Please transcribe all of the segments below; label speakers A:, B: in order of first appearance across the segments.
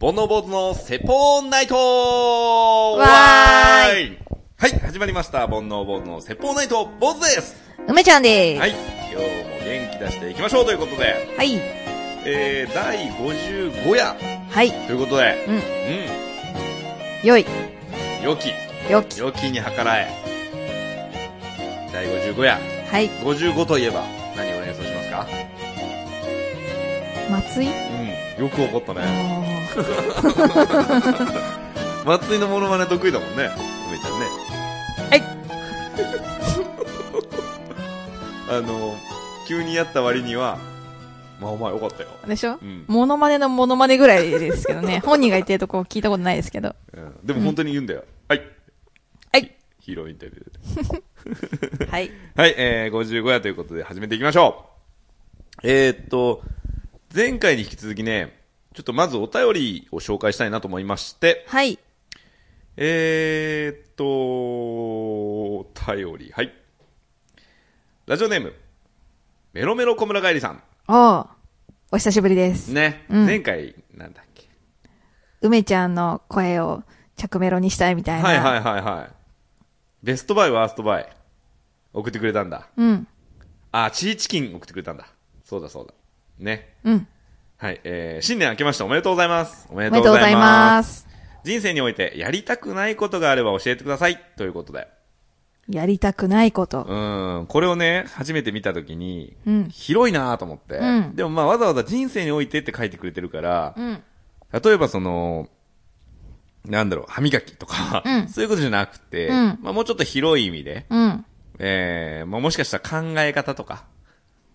A: 煩悩坊主の説法ナイトわ
B: ー
A: いはい、始まりました。煩悩坊主の説法ナイト、坊主です
B: 梅ちゃんで
A: はい、今日も元気出していきましょうということで、
B: す。はい。
A: えー、第55夜
B: はい。
A: ということで、
B: うん。
A: う
B: よい。
A: ん、良き、
B: よき。
A: 良きに計らえ。第55夜、
B: はい。
A: 55といえば、何を連想しますか
B: 松井
A: うん、よく怒ったね。松井のモノマネ得意だもんね、梅ちゃんね。
B: はい。
A: あの、急にやった割には、まあお前よかったよ。
B: でしょ
A: うん。
B: モノマネのモノマネぐらいですけ どね。本人が言ってるとこ聞いたことないですけど。
A: うんでも本当に言うんだよ。はい。
B: はい。
A: ヒーローインタビューで。
B: はい。
A: はい、えー、55夜ということで始めていきましょう。えー、っと、前回に引き続きね、ちょっとまずお便りを紹介したいなと思いまして、
B: はい。
A: えー、っと、お便り、はい。ラジオネーム、メロメロ小村帰りさん。
B: おうお久しぶりです。
A: ね、
B: うん
A: 前回、なんだっけ。
B: 梅ちゃんの声を着メロにしたいみたいな。
A: はいはいはいはい。ベストバイ、ワーストバイ。送ってくれたんだ。
B: うん。
A: あ、チーチキン送ってくれたんだ。そうだそうだ。ね。
B: うん。
A: はい。えー、新年明けましておめでとうございます。おめで
B: おめ
A: とう
B: でとう
A: ご
B: ご
A: ざ
B: ざ
A: い
B: いま
A: ます。
B: す。
A: 人生においてやりたくないことがあれば教えてください。ということで。
B: やりたくないこ
A: う
B: と。
A: ーん。これをね、初めて見たときに、
B: うん
A: 広いなぁと思って。
B: うん
A: でもまあわざわざ人生においてって書いてくれてるから、
B: うん。
A: 例えばその、なんだろう、歯磨きとか、
B: うん
A: そういうことじゃなくて、
B: うん
A: まあもうちょっと広い意味で、
B: うん。
A: えー、まあもしかしたら考え方とか、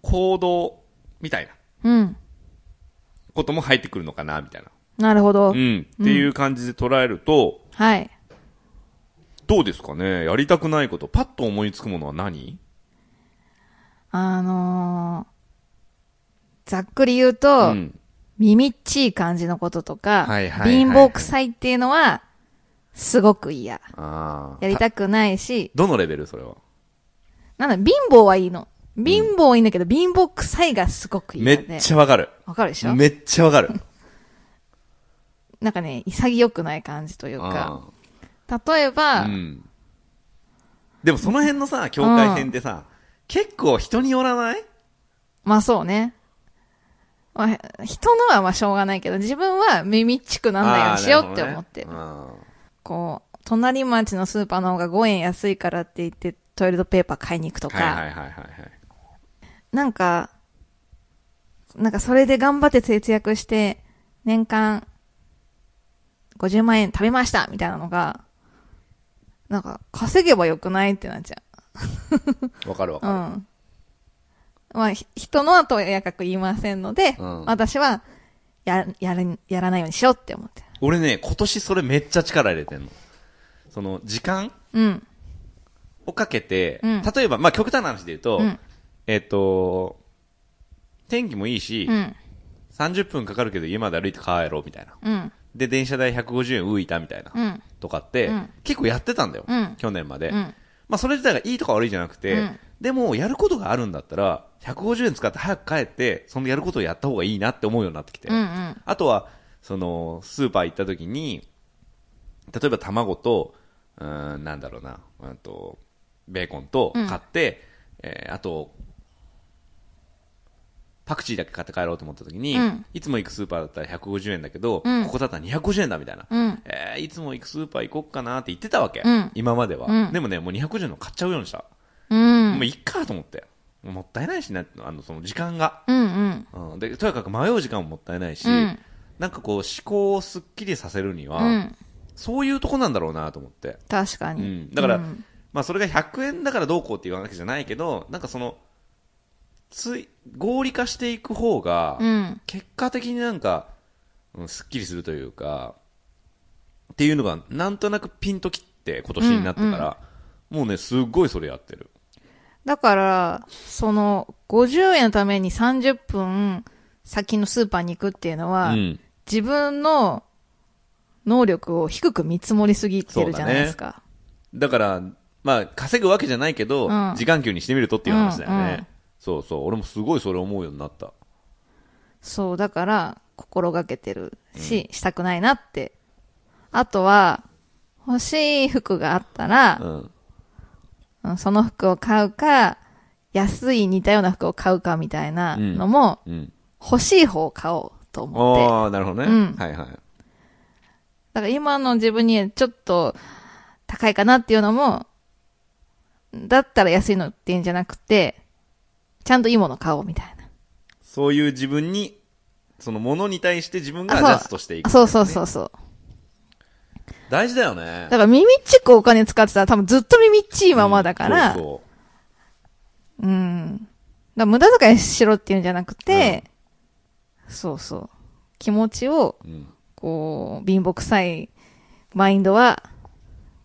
A: 行動みたいな
B: うん。
A: ことも入ってくるのかな、みたいな。
B: なるほど
A: う。ん。っていう感じで捉えると、
B: はい。
A: どうですかねやりたくないこと、パッと思いつくものは何
B: あのー、ざっくり言うと、
A: うん。
B: 耳っちい感じのこととか、
A: はいはいはい
B: 貧乏臭いっていうのは、すごく嫌。
A: ああ。
B: やり
A: た
B: たくないし、
A: どのレベルそれは。
B: なんだ、貧乏はいいの。貧乏はいいんだけど、貧乏臭いがすごく
A: め
B: 嫌で。
A: っちゃわかる。
B: わかるでしょ
A: めっちゃわ かる。
B: なんかね、潔くない感じというか。例えば、
A: うん。でもその辺のさ、境界線ってさ、結構人によらない
B: まあそうね。まあ、へ人のはまあしょうがないけど、自分は耳っちくなんないようにしようって思ってる。
A: あ
B: こう、隣町のスーパーの方が5円安いからって言って、トイレットペーパー買いに行くと
A: ー
B: か、
A: なるほどねうんはいはいはいはい。
B: なんか、なんかそれで頑張って節約して、年間50万円食べましたみたいなのが、なんか稼げばよくないってなっちゃ
A: はい。わかるわ
B: う。う
A: か
B: ん。まあ、ひ人のはとやかく言いませんので、
A: うん
B: 私は、や、やる、やらないようにしようって思って。
A: る。俺ね、今年それめっちゃ力入れてんの。その、時間
B: うん。
A: をかけて、
B: うん
A: 例えば、まあ、極端な話で言うと、
B: うん
A: えっと、天気もいいし、
B: うん。
A: 30分かかるけど家まで歩いて帰ろうみたいな。
B: うん。
A: で、電車代150円浮いたみたいな。
B: うん。
A: とかって、
B: うん
A: 結構やってたんだよ。
B: うん
A: 去年まで。
B: うん。
A: まあ、それ自体がいいとか悪いじゃなくて、
B: うん
A: でも、やることがあるんだったら、150円使って早く帰って、そのやることをやった方がいいなって思うようになってきて。
B: うん。うん。
A: あとは、その、スーパー行った時に、例えば卵と、うーん、なんだろうな、うんと、ベーコンと
B: うん
A: 買って、えーあと、パクチーだけ買って帰ろうと思った時に、
B: うん
A: いつも行くスーパーだったら150円だけど、
B: うん
A: ここだったら250円だみたいな。
B: うん。
A: えーいつも行くスーパー行こっかなって言ってたわけ。
B: うん
A: 今までは、
B: うん
A: でもね、もう250円の買っちゃうようにした。
B: うん。
A: もういっかと思って。もうもったいないしな、あの、その時間が。
B: うん。うん。
A: うん、でとにかく迷う時間ももったいないし、
B: うん
A: なんかこう思考をすっきりさせるには、
B: うん。
A: そういうとこなんだろうなと思って、
B: 確か
A: う
B: に。
A: ん、だから、
B: うん
A: まあ、それが100円だからどうこうって言わなきゃじゃないけどなんかそのつい合理化していく方が、
B: うん。
A: 結果的になんか、うん、すっきりするというかっていうのがなんとなくピンときって今年になってから、もうねすっごいそれやってる
B: だから、その、50円のために30分先のスーパーに行くっていうのは、
A: うん
B: 自分の能力を低く見積もりすぎてるじゃないですか。
A: だから、まあ、稼ぐわけじゃないけど、
B: うん
A: 時間給にしてみるとっていう話だよね。
B: うんうん
A: そうそう、俺もすごいそれ思うようになった。
B: そう,、だから、心がけてるし、したくないなって。あとは、欲しい服があったら、
A: ん。
B: うんその服を買うか、安い似たような服を買うかみたいなのも、
A: うん。
B: 欲しい方を買おうと思って。
A: ああ、なるほどね。
B: うん
A: はいはい。
B: だから今の自分にちょっと高いかなっていうのも、だったら安いのっていうんじゃなくて、ちゃんといいもの買おうみたいな。
A: そういう自分に、そのものに対して自分が
B: あ
A: ア
B: そ
A: ジ
B: う
A: ャストしていく、。
B: そうそうそううそう。
A: 大事だよね
B: だ。から耳っちこお金使ってたら多分ずっと耳っちいままだか
A: うん
B: ら、うん。だか
A: そう
B: ら無駄遣いしろっていうんじゃなくて、そうそう。気持ちを、
A: そううん。
B: こう、貧乏臭いマインドは、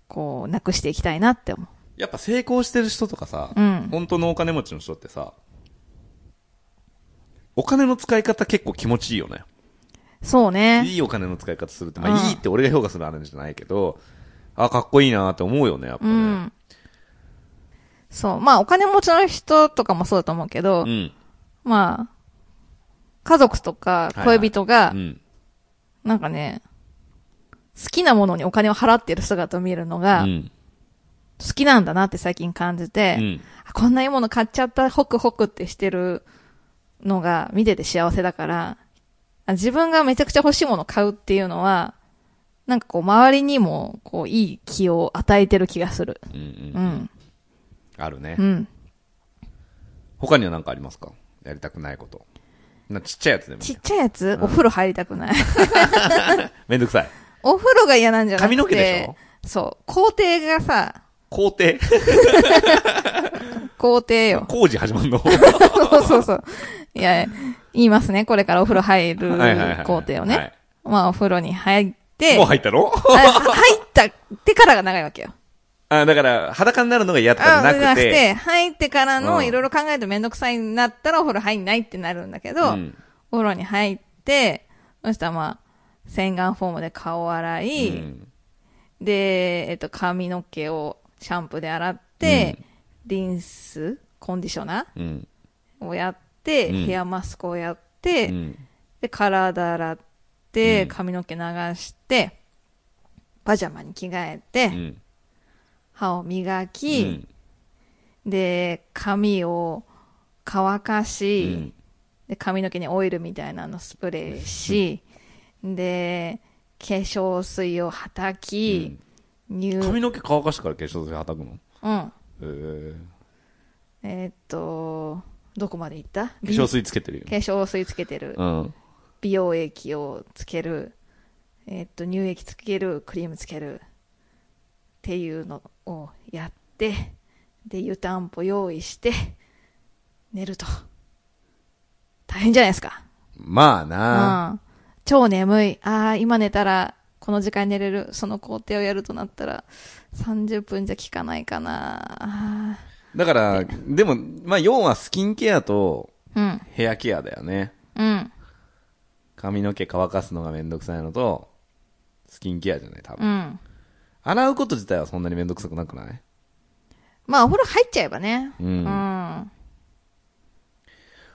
B: こう、なくしていきたいなって思う。
A: やっぱ成功してる人とかさ、
B: うん
A: 本当のお金持ちの人ってさ、お金の使い方結構気持ちいいよね。
B: そうね。
A: いいお金の使い方するって、
B: う
A: まあ
B: ん
A: いいって俺が評価するあれじゃないけど、あ、かっこいいなって思うよね、やっぱ
B: う
A: ね。
B: ん。そう。まあ、お金持ちの人とかもそうだと思うけど、
A: うん。
B: まあ、家族とか
A: いはい
B: 恋人が、
A: うん。
B: なんかね、好きなものにお金を払ってる姿を見るのが、
A: うん。
B: 好きなんだなって最近感じて、
A: うん。
B: あこんないいもの買っちゃった、ホクホクってしてるのが見てて幸せだから、あ自分がめちゃくちゃ欲しいものを買うっていうのは、なんかこう、周りにも、こう、いい気を与えてる気がする。
A: うん。うん
B: うん。
A: あるね
B: う。ん。
A: 他には何かありますかやりたくないこと。なちっちゃいやつでもいい
B: ちっちゃいやつ、お風呂入りたくない。
A: めんどくさい。
B: お風呂が嫌なんじゃなく
A: 髪
B: て。
A: の毛でしょ
B: そう。工程がさ、
A: 工程。
B: 工程よ
A: 工事始まるの
B: そうそうそう。いや、言いますね。これからお風呂入る
A: はいはいはい
B: 工程を
A: は
B: ね
A: い。
B: まあ、お風呂に入って、
A: もう入ったの
B: あ入ったってからが長いわ けよ。
A: あ、だから、裸になるのが嫌とか
B: あ
A: じゃなくて。、
B: 入ってから
A: う
B: の
A: ん
B: いろいろ考えるとめんどくさいになったらお風呂入んないってなるんだけど、
A: うん
B: お風呂に入って、そしたらまあ、洗顔フォームで顔洗い、
A: うん
B: で、えっと、髪の毛をシャンプーで洗って、リンス、コンディショナ
A: うん。
B: ーをやって、
A: うん
B: ヘアマスクをやって、
A: うん。
B: で、体洗って、
A: うん
B: 髪の毛流して、パジャマに着替えて、
A: うん。
B: 歯を磨
A: う
B: き、
A: ん
B: で、髪を乾か
A: う
B: し、
A: ん。
B: で、髪の毛にオイルみたいなのスプレーし、で、化粧水をはたき、乳、
A: 髪の毛乾かしてから化粧水はたくの
B: うん。
A: えー
B: えーっと、どこまで行った化
A: 化粧水つけてるよ。
B: 化粧水つけてる
A: う。ん。
B: 美容液をつける。えーっと、乳液つける。クリームつける。っていうのをやって、で、湯たんぽ用意して、寝ると。大変じゃないですか。
A: まあな
B: うん。超眠い。ああ、今寝たら、この時間に寝れる。その工程をやるとなったら、30分じゃ効かないかな。あ
A: だから、でも、まあ、要はスキンケアと
B: ーうん。
A: ヘアケアだよね。
B: うん。
A: 髪の毛乾かすのがめんどくさいのと、スキンケアじゃない、多分。
B: うん。
A: 洗うこと自体はそんなにめんどくさくなくない
B: まあ、お風呂入っちゃえばね。
A: うん
B: うん。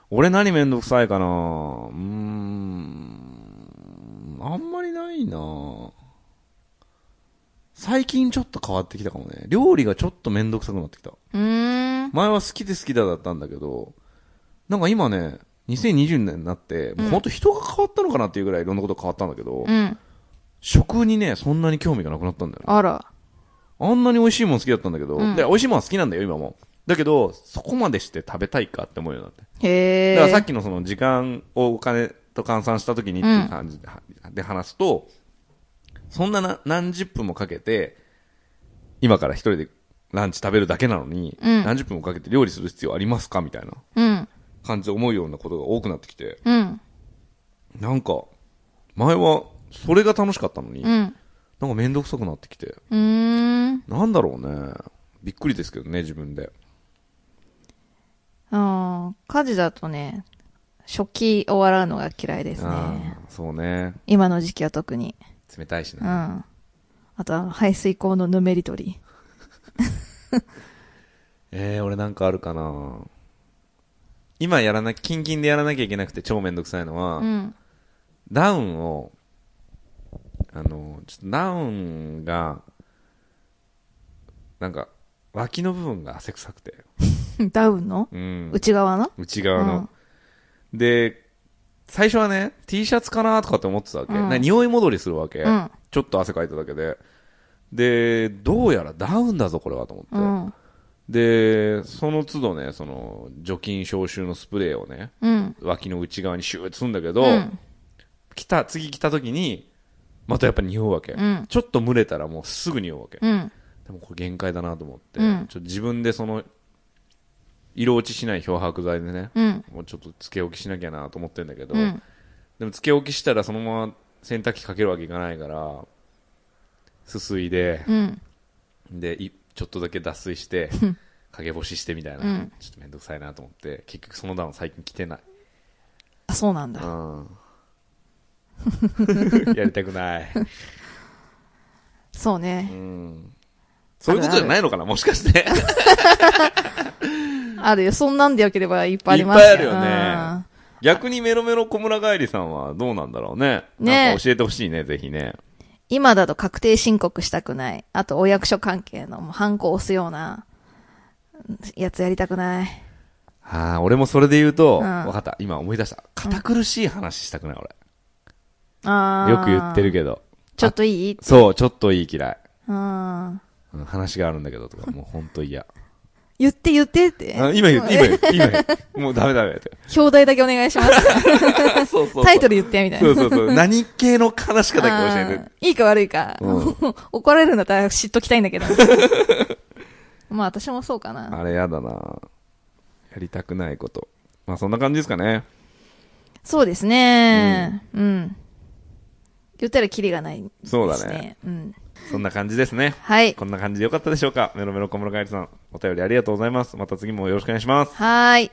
A: 俺何めんどくさいかなうーん。あんまりないな最近ちょっと変わってきたかもね。料理がちょっとめんどくさくなってきた。
B: うーん。
A: 前は好きで好きだだったんだけど、なんか今ね、2020年になって、もうほんと人が変わったのかなっていうぐらいいろんなこと変わったんだけど、
B: うん。
A: 食にね、そんなに興味がなくなったんだよね。
B: あら。
A: あんなに美味しいもん好きだったんだけど、
B: うん
A: で、美味しいもん好きなんだよ、今も。だけど、そこまでして食べたいかって思うようになって。
B: へえ。
A: だからさっきのその時間をお金と換算した時にっていう感じで,、で話すと、そんなな何十分もかけて、今から一人でランチ食べるだけなのに、
B: うん
A: 何十分もかけて料理する必要ありますかみたいな
B: うん。
A: 感じで思うようなことが多くなってきて、
B: うん。
A: なんか、前はそれが楽しかったのに、
B: うん。
A: なんかめんどくさくなってきて、
B: うーん。
A: なんだろうね。びっくりですけどね、自分で。
B: あー家事だとね、食器を洗うのが嫌いですね。
A: あーそうね。
B: 今の時期は特に。
A: 冷たいし
B: う
A: ね。
B: ん。あと、あの排水口のぬめり取り。
A: えー、俺なんかあるかな今やらな、キンキンでやらなきゃいけなくて超めんどくさいのは、
B: うん。
A: ダウンを、あの、ちょっとダウンが、なんか、脇の部分が汗臭くて。
B: ダウンの
A: うん。
B: 内側の
A: 内側の。で、最初はね、T シャツかなとかって思ってたわけ。
B: うん
A: な匂い戻りするわけ、
B: うん
A: ちょっと汗かいただけで。で、どうやらダウンだぞ、これはと思って。
B: うん。
A: で、その都度ね、その、除菌消臭のスプレーをね、
B: うん。
A: 脇の内側にシューってするんだけど、
B: うん
A: 来た、次来た時に、またやっぱ匂うわけ。
B: うん
A: ちょっと蒸れたらもうすぐ匂うわけ。
B: うん。
A: でもこれ限界だなと思って、
B: うん
A: ちょっと自分でその、色落ちしない漂白剤でね、
B: うん。
A: もうちょっとつけ置きしなきゃなと思ってんだけど、
B: うん。
A: でもつけ置きしたらそのまま洗濯機かけるわけいかないから、すすいで、
B: うん。
A: で、いちょっとだけ脱水して、陰干ししてみたいな、
B: うん
A: ちょっとめんどくさいなと思って、結局そのダウン最近着てない。
B: あ、そうなんだ。
A: うん やりたくない。
B: そう
A: う
B: ね。
A: んそういうことじゃないのかなもしかして。
B: あるよ。そんなんでよければいっぱいあります
A: いっぱいあるよね逆にメロメロ小村帰りさんはどうなんだろうね。
B: ね
A: なんか教えてほしいね、ぜひね。
B: うん今だと確定申告したくない。あと、お役所関係のもうハンコ押すような、やつやりたくない。
A: ああ、俺もそれで言うと、
B: うん
A: わかった。今思い出した。堅苦しい話したくない、
B: あ
A: 俺。よ
B: ー
A: く言ってるけど。
B: ちょっといい
A: そう、ちょっといい嫌い。
B: うん。
A: うん話があるんだけどとか、もうほんと嫌。
B: 言って言ってって。
A: あ今言う、今言う、今言う。もうダメダメ って。
B: 表題だけお願いし ます。
A: そうそうそう
B: タイトル言ってみたいな。
A: そうそうそう。何系の話し方か教えて。
B: うんいいか悪いか。
A: う
B: 怒られるんだったら知っときたいんだ けど。まあ私もそうかな。
A: あれやだなやりたくないこと。まあそんな感じですかね。
B: そうですね。うん。言ったらキリがないです、ね。
A: そうだね。
B: うん。
A: そんな感じですね。
B: はい。
A: こんな感じでよかったでしょうかメロメロ小室かえりさん、お便りありがとうございます。また次もよろしくお願いします。
B: はーい。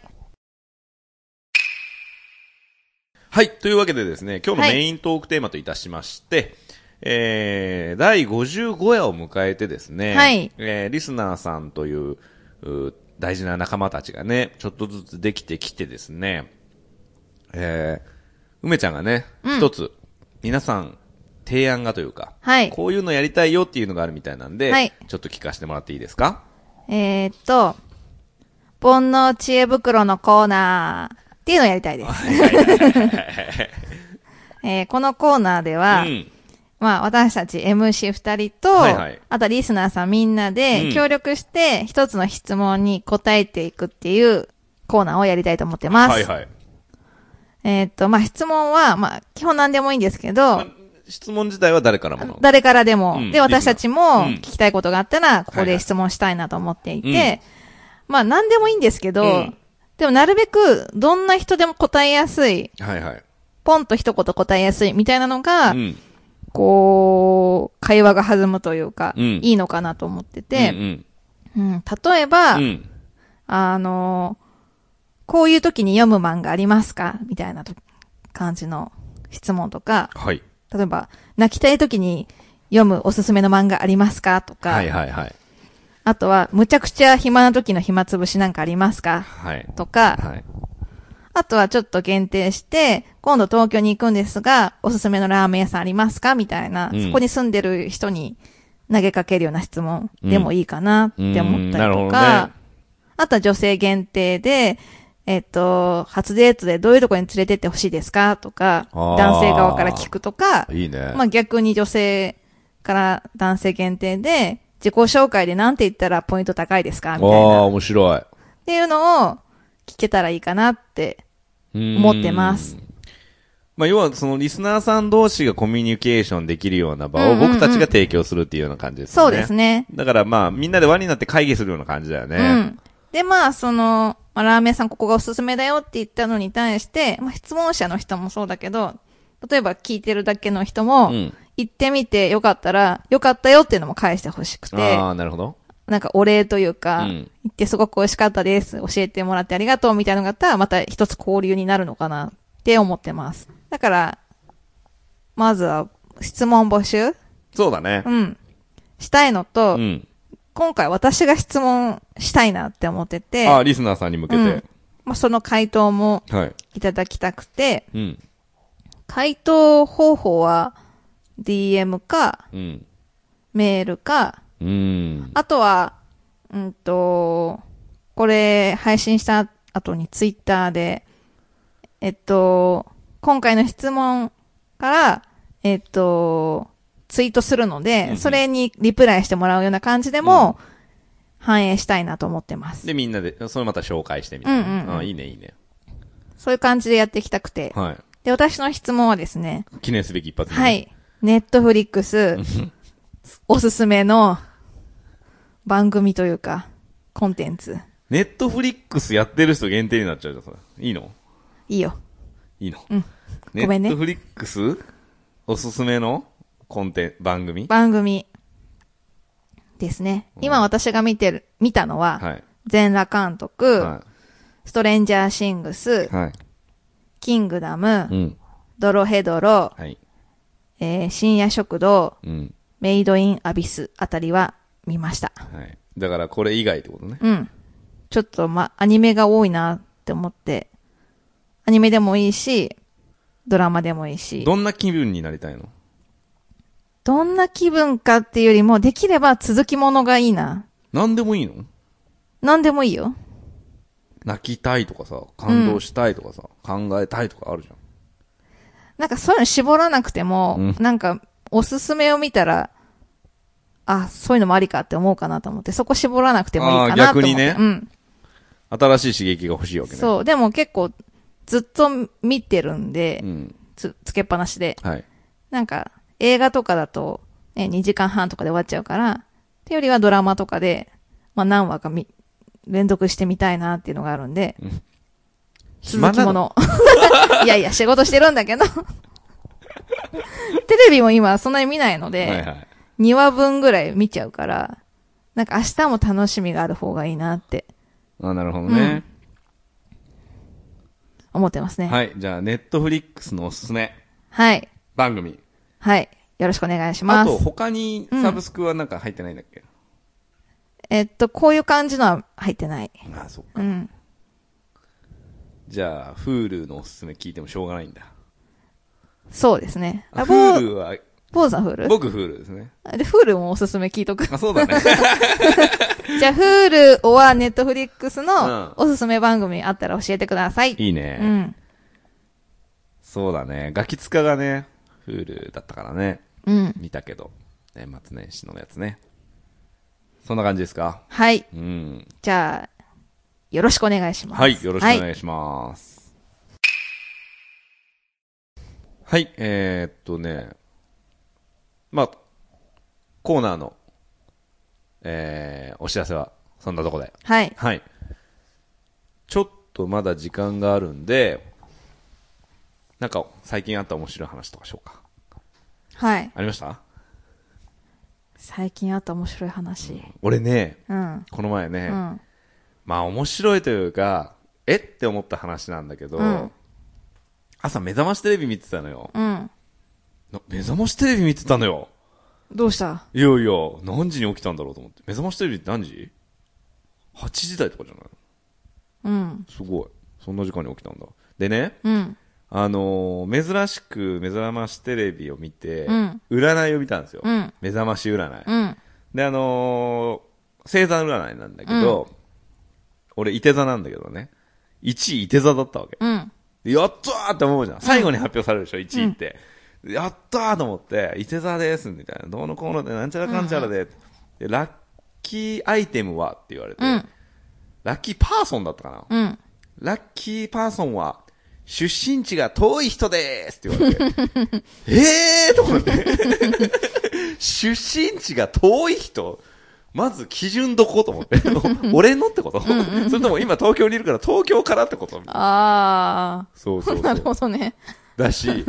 A: はい。というわけでですね、今日の
B: はい
A: メイントークテーマといたしまして、えー、第55夜を迎えてですね、
B: はい
A: えー、リスナーさんという、う大事な仲間たちがね、ちょっとずつできてきてですね、えー、梅ちゃんがね、一、つ、皆さん、提案がというか、
B: はい
A: こういうのやりたいよっていうのがあるみたいなんで、
B: はい
A: ちょっと聞かせてもらっていいです か
B: えー、っと、煩悩知恵袋のコーナーっていうのをやりたいです。えーこのコーナーでは、
A: うん。
B: まあ、私たち MC 二人と、
A: はいはい
B: あとリスナーさんみんな
A: うん
B: で協力して、一つの質問に答えていくっていうコーナーをやりたいと思ってます。
A: はいはい。
B: えーっと、まあ、質問は、まあ、基本何でもいいんですけど、
A: 質問自体は誰からもの
B: 誰からでも、
A: うん
B: で、私たちも
A: うん
B: 聞きたいことがあったら、ここ
A: はいは
B: で
A: い
B: 質問したいなと思っていて、
A: うん
B: まあ、何でもいいんですけど、
A: うん
B: でもなるべく、どんな人でも答えやすい、
A: はいはい。
B: ポンと一言答えやすいみたいなのが、
A: うん。
B: こう、会話が弾むというか、
A: うん
B: いいのかなと思って
A: うん
B: て、
A: うん
B: うん例えば、
A: うん。
B: あのこういう時に読む漫画ありますかみたいなと感じの質問とか、
A: はい。
B: 例えば、泣きたい時に読むおすすめの漫画ありますかとか、
A: はいはいはい。
B: あとは、むちゃくちゃ暇な時の暇つぶしなんかありますか
A: はい。
B: とか、
A: はい。
B: あとはちょっと限定して、今度東京に行くんですが、おすすめのラーメン屋さんありますかみたいな、
A: うん
B: そこに住んでる人に投げかけるような質問でもいいかなって思ったり
A: うんう
B: と
A: んなるほど
B: か、
A: ね
B: あとは女性限定で、えっと、初デートでどういうとこに連れてってほしいですかとか、
A: あー
B: 男性側から聞くとか、
A: いいね。
B: まあ逆に女性から男性限定で、自己紹介で何て言ったらポイント高いですかみたい
A: ああ、
B: な。っ
A: 面白い。
B: ていうのを聞けたらいいかなって
A: うん
B: 思ってます。。
A: まあ、要は、その、リスナーさん同士がコミュニケーションできるような場
B: う
A: を
B: んうんうん
A: 僕たちが提供するっていうような感じですね。
B: そうですね。
A: だから、まあ、みんなで輪になって会議するような感じだよね。
B: うん。で、まあ、その、まあラーメン屋さんここがおすすめだよって言ったのに対して、まあ、質問者の人もそうだけど、例えば聞いてるだけの人も、
A: うん
B: 行ってみてよかったら、よかったよっていうのも返してほしくて、
A: ああ、なるほど。
B: なんかお礼というか、
A: うん
B: 行ってすごく美味しかったです。教えてもらってありがとうみたいなのがあったら、また一つ交流になるのかなって思ってます。だから、まずは質問募集
A: そうだね
B: う。ん。したいのと、
A: うん。
B: 今回私が質問したいなって思ってて、
A: ああ、リスナーさんに向け
B: うん
A: て。
B: まあ、その回答も
A: はい。
B: いただきたくて、
A: うん。
B: 回答方法は DM か
A: うん。
B: メールか、
A: うん。
B: あとは、うんと、これ配信した後にツイッターで、えっと、今回の質問から、えっと、ツイートするの
A: うんう
B: で、
A: ん
B: それにリプライしてもらうような感じでも、反映したいなと思ってます。
A: で、みんなで、それまた紹介してみたいな。
B: うんうんうん
A: あいいね、いいね。
B: そういう感じでやっていきたくて。
A: は
B: で、私の質問はですね、
A: い。記念すべき一発目。
B: は。い。ネットフリックス、 おすすめの番組というか、コンテンツ。
A: ネットフリックスやってる人限定になっちゃうじゃん、それ。いいの
B: いいよ。
A: いいの、
B: うん
A: ネ
B: ごめんね
A: ットフリックスおすすめのコンテン、番組
B: 番組ですね。今私が見てる、見たのは、
A: はい。
B: 全裸監督、
A: は
B: ストレンジャーシング
A: い。
B: ス、
A: はい。
B: キングダム、
A: うん。
B: ドロヘドロ、
A: はい。
B: えー深夜食堂、
A: うん。
B: メイドインアビスあたりは見ました。
A: はい。だからこれ以外ってことね。
B: うん。ちょっとま、アニメが多いなって思って、アニメでもいいし、ドラマでもいいし、
A: どんな気分になりたいの
B: どんな気分かっていうよりも、できれば続きものがいいな。
A: 何でもいいの
B: なんでもいいよ。
A: 泣きたいとかさ、感動したいとかさ、考えたいとかあるじゃん。
B: なんかそういうの絞らなくても、
A: うん
B: なんかおすすめを見たら、あ、そういうのもありかって思うかなと思って、そこ絞らなくてもいいかなと思って。
A: あー逆にね
B: うん。
A: 新しい刺激が欲しいわけね。
B: そう。でも結構ずっと見てるんで、
A: うん。
B: つ、つけっぱなしで。
A: はい。
B: なんか映画とかだと、ね、2時間半とかで終わっちゃうから、ってよりはドラマとかで、まあ何話かみ、連続してみたいなっていうのがあるんで、続きもの。 いやいや、仕事してるん だけど。テレビも今そんなに見ないの
A: 暇なのは
B: で、
A: いはい。
B: 2話分ぐらい見ちゃうから、なんか明日も楽しみがある方がいいなって
A: あ、なるほどね。
B: 思ってますね。はい。
A: はい。じゃあ、ネットフリックスのおすすめ
B: はい。
A: 番組。
B: よろしくお願いし
A: あ
B: ま
A: と、。
B: す
A: 他にサブスクはなんか入ってないんだっけ、
B: えっと、こういう感じのは入ってない。
A: ああ、そっか。
B: うん。
A: じゃあ、Hulu のおすすめ聞いてもしょうがないんだ。
B: そうですね。あ、ぼう、
A: Hulu は、
B: ぼうさんフール
A: 僕 Hulu ですね。
B: で、フールもおすすめ聞いとく。
A: あ、そうだね。
B: じゃあ、フールおはネットフリックス
A: うん
B: のおすすめ番組あったら教えてください。
A: いいうね、
B: ん。
A: そうだね。ガキツカがね、Hulu だったからね。
B: うん。
A: 見たけど。年末年始のやつね。そんな感じですか
B: はい。
A: うん。
B: じゃあ、よろしくお願いします。
A: はい、よろしくお
B: はい。
A: 願いします。はい、えー、っとね、まあ、コーナーの、えー、お知らせは、そんなとこで。
B: はい。
A: はい。ちょっとまだ時間があるんで、なんか最近あった面白い話とかしようか。
B: はい。
A: ありました
B: 最近あった面白い話。
A: 俺ね、
B: うん。
A: この前ね、
B: うん。
A: まあ面白いというか、えって思った話なんだけど、
B: うん
A: 朝目覚ましテレビ見てたのよ。
B: うん。
A: な目覚ましテレビ見てたのよ。
B: どうした
A: いやいや、何時に起きたんだろうと思って。目覚ましテレビって何時 ?8 時台とかじゃない
B: うん。
A: すごい。そんな時間に起きたんだ。でね、
B: うん。
A: あのー珍しく目覚ましテレビを見て、
B: うん
A: 占いを見たんですよ。
B: うん
A: 目覚まし占い。
B: うん。
A: で、あのー星座占いなんだけど、俺、いて座なんだけどね。1位、いて座だったわけ。
B: うん。
A: でやったーって思うじゃん。最後に発表されるでしょ、1位って。でやったーと思って、伊手座です、みたいな。どうのこうので、なんちゃらかんちゃらで。で、ラッキーアイテムはって言われて、
B: うん
A: ラッキーパーソンだったかな。
B: うん。
A: ラッキーパーソンは、出身地が遠い人でーすって言われ て、えーと思って。出身地が遠い人まず基準どこと思 って。俺のってこと、それとも今東京にいるから東京からってこと
B: あ
A: そうそう
B: ー。
A: そ
B: な
A: う
B: る。ほどね。
A: だ し、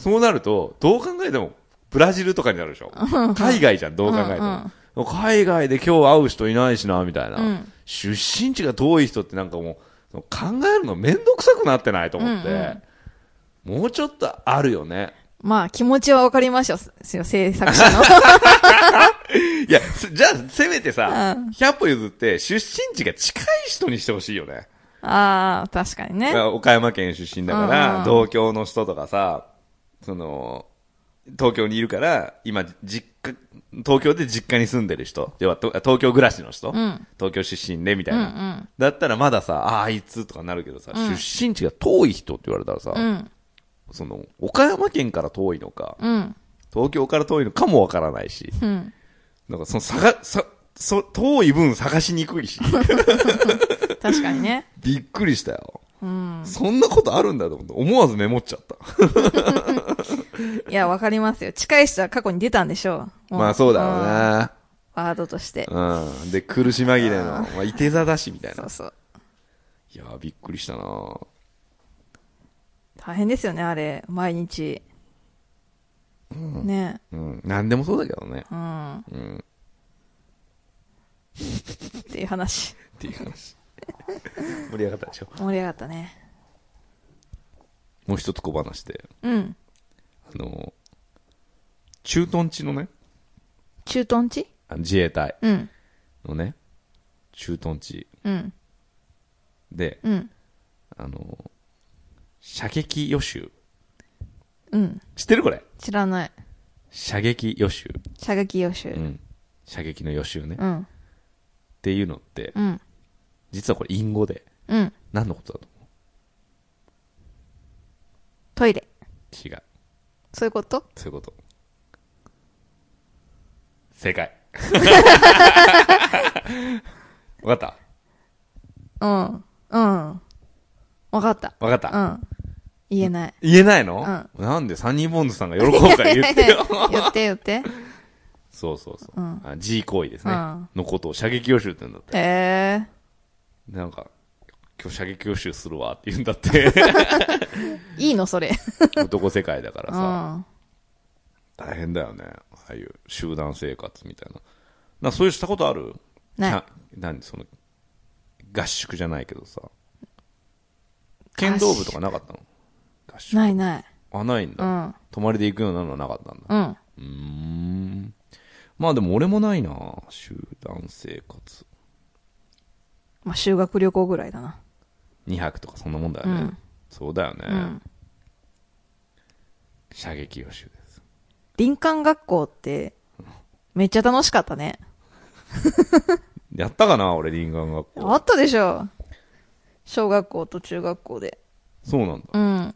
A: そうなると、どう考えても、ブラジルとかになるでしょ。海外じゃん、どう考えて
B: う
A: も
B: ん。
A: 海外で今日会う人いないしな、みたいな。
B: うん
A: 出身地が遠い人ってなんかもう、考えるのめんどくさくなってないと思って、もうちょっとあるよね。
B: まあ、気持ちはわかりましたよ、制作者の。
A: いや、すじゃあ、せめてさ、
B: うん
A: 100歩譲って、出身地が近い人にしてほしいよね。
B: あー、確かにね。
A: 岡山県出身だから、
B: うんうん
A: 同郷の人とかさ、その、東京にいるから、今、実家、東京で実家に住んでる人、要はと東京暮らしの人、
B: ん
A: 東京出身で、みたいな、
B: うんうん
A: だったらまださ、ああ、あいつとかなるけどさ、出身地が遠い人って言われたらさ、
B: うん。
A: その、岡山県から遠いのか、
B: うん。
A: 東京から遠いのかもわからないし、
B: うん。
A: なんかその、さが、さ、そ、遠い分探しにくい し、
B: 確かにね。
A: びっくりしたよ。
B: うん。
A: そんなことあるんだと思って、思わずメモっちゃった。
B: いや、わかりますよ。近い人は過去に出たんでしょう。も
A: まあそうだろう。
B: ん
A: な。
B: ワードとして。
A: うん。で、苦し紛れの、まあ、いて座だし、みたい
B: そ
A: な
B: う。そう。
A: いやー、びっくりしたな
B: 大変ですよね、あれ。毎日。ね
A: うん。なんでもそうだけどね。
B: え。うん。っ
A: うん。
B: ていう話。
A: っていう話。 盛り上がったでしょ。
B: 盛り上がったね。
A: もう一つ小話で、
B: うん。
A: あのー、駐屯地のね、
B: 駐屯地
A: あの自衛隊
B: うん。
A: のね、駐屯地
B: うん。
A: で、
B: うん。
A: あのー、射撃予習。
B: うん。
A: 知ってるこれ。
B: 知らない。
A: 射撃予習。
B: 射撃予習。
A: うん。射撃の予習ね。っ
B: うん。
A: ていうのって、
B: うん。
A: 実はこれ、隠語で、
B: うん。
A: 何のことだと思
B: トイレ。
A: う違う。
B: そういうこと
A: そういうこと。正 解。わかっ
B: うん。うん。わかった。
A: たわかっ
B: う
A: た、
B: ん。言えない。
A: 言えないの、なんでサニーボンズさんが喜ぶ から言ってよ。
B: 言って言って。
A: そうそうそう。
B: うん
A: あ G 行為ですね、
B: うん
A: のことを射撃予習って言うんだって。
B: へえ。
A: なんか、今日射撃予習するわって言うんだって。
B: いいのそれ。
A: 男世界だから
B: う
A: さ、
B: ん。
A: 大変だよね。ああいう集団生活みたいな。なんかそういうしたことある
B: ない
A: キャン何その、合宿じゃないけどさ。剣道部とかなかったの合宿。
B: ないない。
A: あ、ないん
B: う
A: だ。
B: ん。
A: 泊まりで行くようなのはなかったんだ。
B: うん。
A: うーん。まあでも俺もないな集団生活。
B: まあ、修学旅行ぐらいだな。
A: 2泊とかそんなもんだよね。
B: うん
A: そうだよね、
B: うん。
A: 射撃予習です。
B: 林間学校って、めっちゃ楽しかったね。
A: やったかな俺、林間学
B: あ
A: 校。
B: ったでしょ。小学校と中学校で。
A: そうなんだ。
B: うん。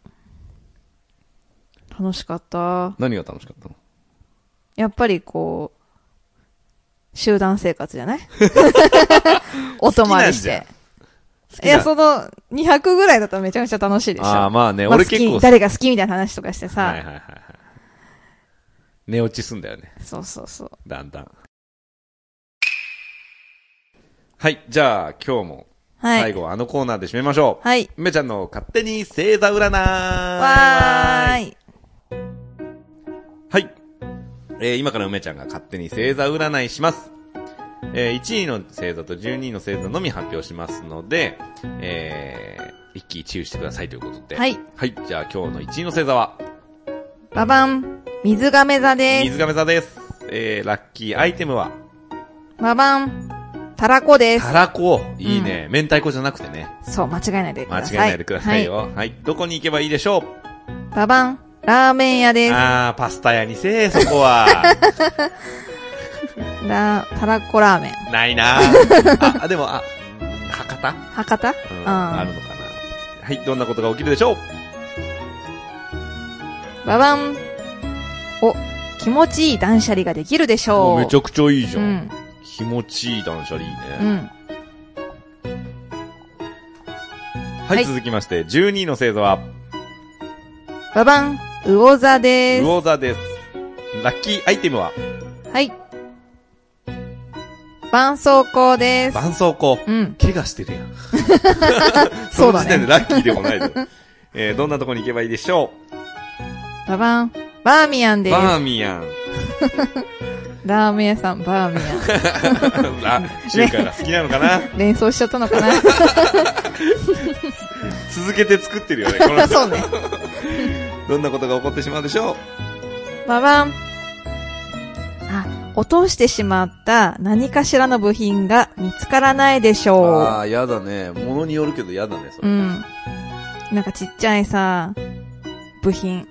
B: 楽しかった。
A: 何が楽しかったの
B: やっぱりこう、集団生活 じゃないお泊まりし
A: 好きなん
B: て。
A: 好き
B: い
A: な
B: や、その、200ぐらいだとめちゃめちゃ楽しいでしょ。
A: ああ、まあね、
B: まあ
A: 俺
B: 好
A: 結構
B: き、誰が好きみたいな話とかしてさ。
A: はいはいはいはい。寝落ちすんだよね。
B: そうそうそう。
A: だんだん。はい。じゃあ、今日も、
B: はい。
A: 最後はあのコーナーで締めましょう。
B: はい。
A: 梅ちゃんの勝手に星座占い
B: わー
A: はい。
B: い。
A: えー今から梅ちゃんが勝手に星座占いします。えー1位の星座と12位の星座のみ発表しますので、えー一喜一憂してくださいということで。
B: はい。
A: はい。じゃあ、今日の1位の星座は、
B: ババン。水亀座で
A: 水
B: す。
A: 亀座です。えー、ラッキーアイテムは、
B: ババン。たらこです
A: た。らこ。いいね、明太子じゃなくてね。
B: そう、間違えないでく
A: 間
B: だ
A: 違
B: さ
A: え
B: い。
A: ないでくださいよ。
B: は
A: はい。どこに行けばいいでしょう
B: ババン。ラーメン屋です。
A: あー、パスタ屋にせえ、そこ は。
B: ラー、たらこラーメン。
A: ない なーあ、でも、あ、博多、
B: 博多
A: う、
B: うんん。
A: あるのかな。はい、どんなことが起きるでしょう
B: ババン。お、気持ちいい断捨離ができるでしょう。
A: めちゃくちゃいいじゃん。
B: うん
A: 気持ちいい断捨離いいね。
B: うん。
A: はい、
B: はい
A: 続きまして、12位の星座は、
B: ババン、魚座で
A: 魚座です。ラッキーアイテムは、
B: す。はい。絆創膏です。
A: 絆創膏。
B: うん。
A: 怪我してるやん。
B: そ
A: の
B: うだ
A: 時点で
B: ね。
A: ラッキーでも ないで。えー、どんなとこに行けばいいでしょ
B: ババン、バーミヤン
A: う
B: です。
A: バーミヤン。
B: ラーメン屋さん、バーミヤン。
A: あ、中華が好きなのかな
B: 連想しちゃったのかな
A: 続けて作ってるよ ね、この人
B: そうね。
A: どんなことが起こってしまうでしょう
B: ババン。あ、落としてしまった何かしらの部品が見つからないでしょ。
A: あー、やだね。ものによるけどやだね、そう
B: うん。なんかちっちゃいさ、部品。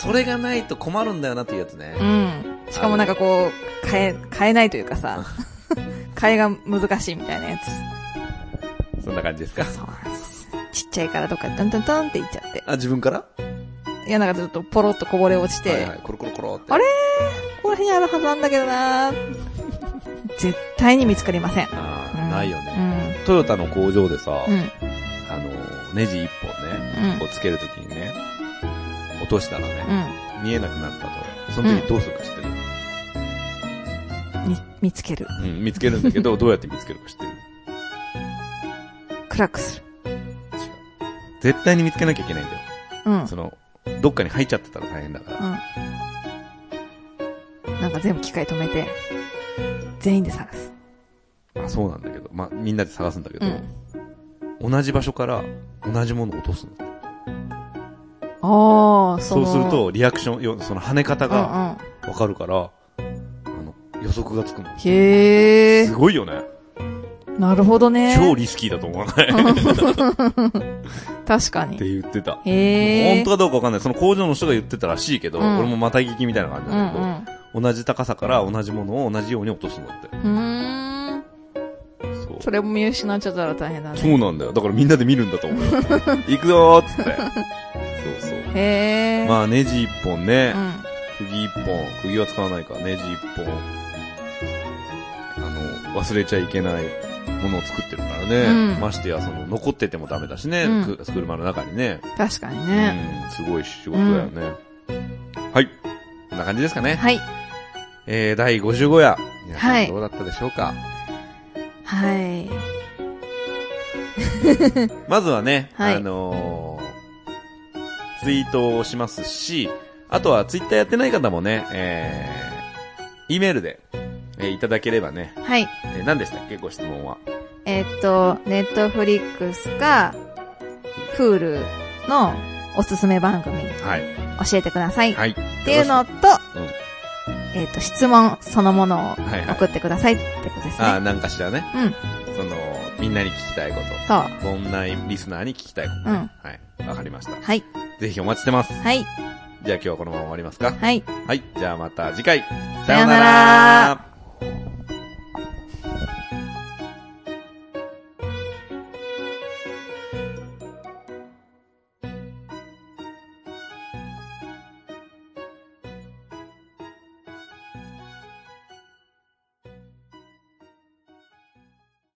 A: それがないと困るんだよなっていうやつね。
B: うん。しかもなんかこう、変え、変えないという かさ、変えが難しいみたいなやつ。
A: そんな感じですか。
B: そうなんです。ちっちゃいからとか、トントントンっていっちゃって。
A: あ、自分から
B: いや、なんかちょっとポロッとこぼれ落ちて、
A: はいはい、コロコロコロって。
B: あれここら辺にあるはずなんだけどなー絶対に見つかりません。
A: あ
B: うん
A: ーないよね、トヨタの工場でさ、
B: うん。うん。
A: あの、ネジ一本ね、
B: うん
A: こうつけるときにね、落としたら
B: う
A: ね、
B: ん。
A: 見えなくなったと。その時どうするか知ってる、
B: み見つける。
A: うん、見つけるんだけ ど、どうやって見つけるか知ってる
B: 暗くする。
A: 違う。絶対に見つけなきゃいけないんだよ。
B: うん。うん。
A: その、どっかに入っちゃってたら大変だから。
B: なんか全部機械止めて、全員で探す。
A: まあそうなんだけど、まあみんなで探すんだけ
B: う
A: ど、
B: ん。
A: 同じ場所から同じものを落とすの。
B: ああ、そ
A: そう
B: の
A: する、と、リアクションよ、その跳ね方
B: うんう
A: が
B: ん。
A: わかるから、あの、予測がつくの。
B: へえ
A: す、ごいよね。
B: なるほどね。
A: 超リスキーだと思わ ないっ
B: 確かに
A: て。言ってた。
B: へ
A: 本
B: え。
A: 当かどうかわかんない。その工場の人が言ってたらしいけど、
B: うん
A: 俺もまた聞きみたいな感じ
B: う
A: なんだけど、
B: ん
A: 同じ高さから同じものを同じように落とすんだって。
B: うん。うーん。
A: そう。
B: それも見失っちゃったら大変だ
A: そ
B: ね。
A: うなんだよ。だからみんなで見るんだと思 うよ。行くぞーっつって。そうそう。
B: へえ。
A: まあネジ一本ね、
B: うん。
A: 釘一本、釘は使わないか、ネジ一本。あの、忘れちゃいけないものを作ってるからね。
B: うん
A: ましてや、その、残っててもダメだしね、
B: うん
A: く車の中にね。
B: 確かにね。
A: うん、すごい仕事だよね。はい。こんな感じですかね。
B: はい。
A: えー、第55夜。皆さん
B: はい
A: どうだったでしょうか、
B: はい。
A: まずはね、
B: はい
A: あのー、ツイートをしますし、あとはツイッターやってない方もね、えー、E メールで、えーいただければね、
B: はい。
A: えー何でしたっけご質問は。
B: えっと、ネットフリックスか、フールのおすすめ番組
A: はい。
B: 教えてください。
A: はい。っ
B: っていうのと、
A: うん
B: えっと、質問そのものを
A: はいはい
B: 送ってくださいってことです
A: あ
B: ね。
A: ー、なんかしらね、
B: うん。
A: その、みんなに聞きたいこ
B: そう。
A: と、こんなリスナーに聞きたいこ
B: う
A: と。
B: ん。
A: はい。わかりました。
B: はい。
A: ぜひお待ちしてます。
B: はい。
A: じゃあ今日はこのまま終わりますか
B: はい。
A: はい。じゃあまた次回。
B: さようなら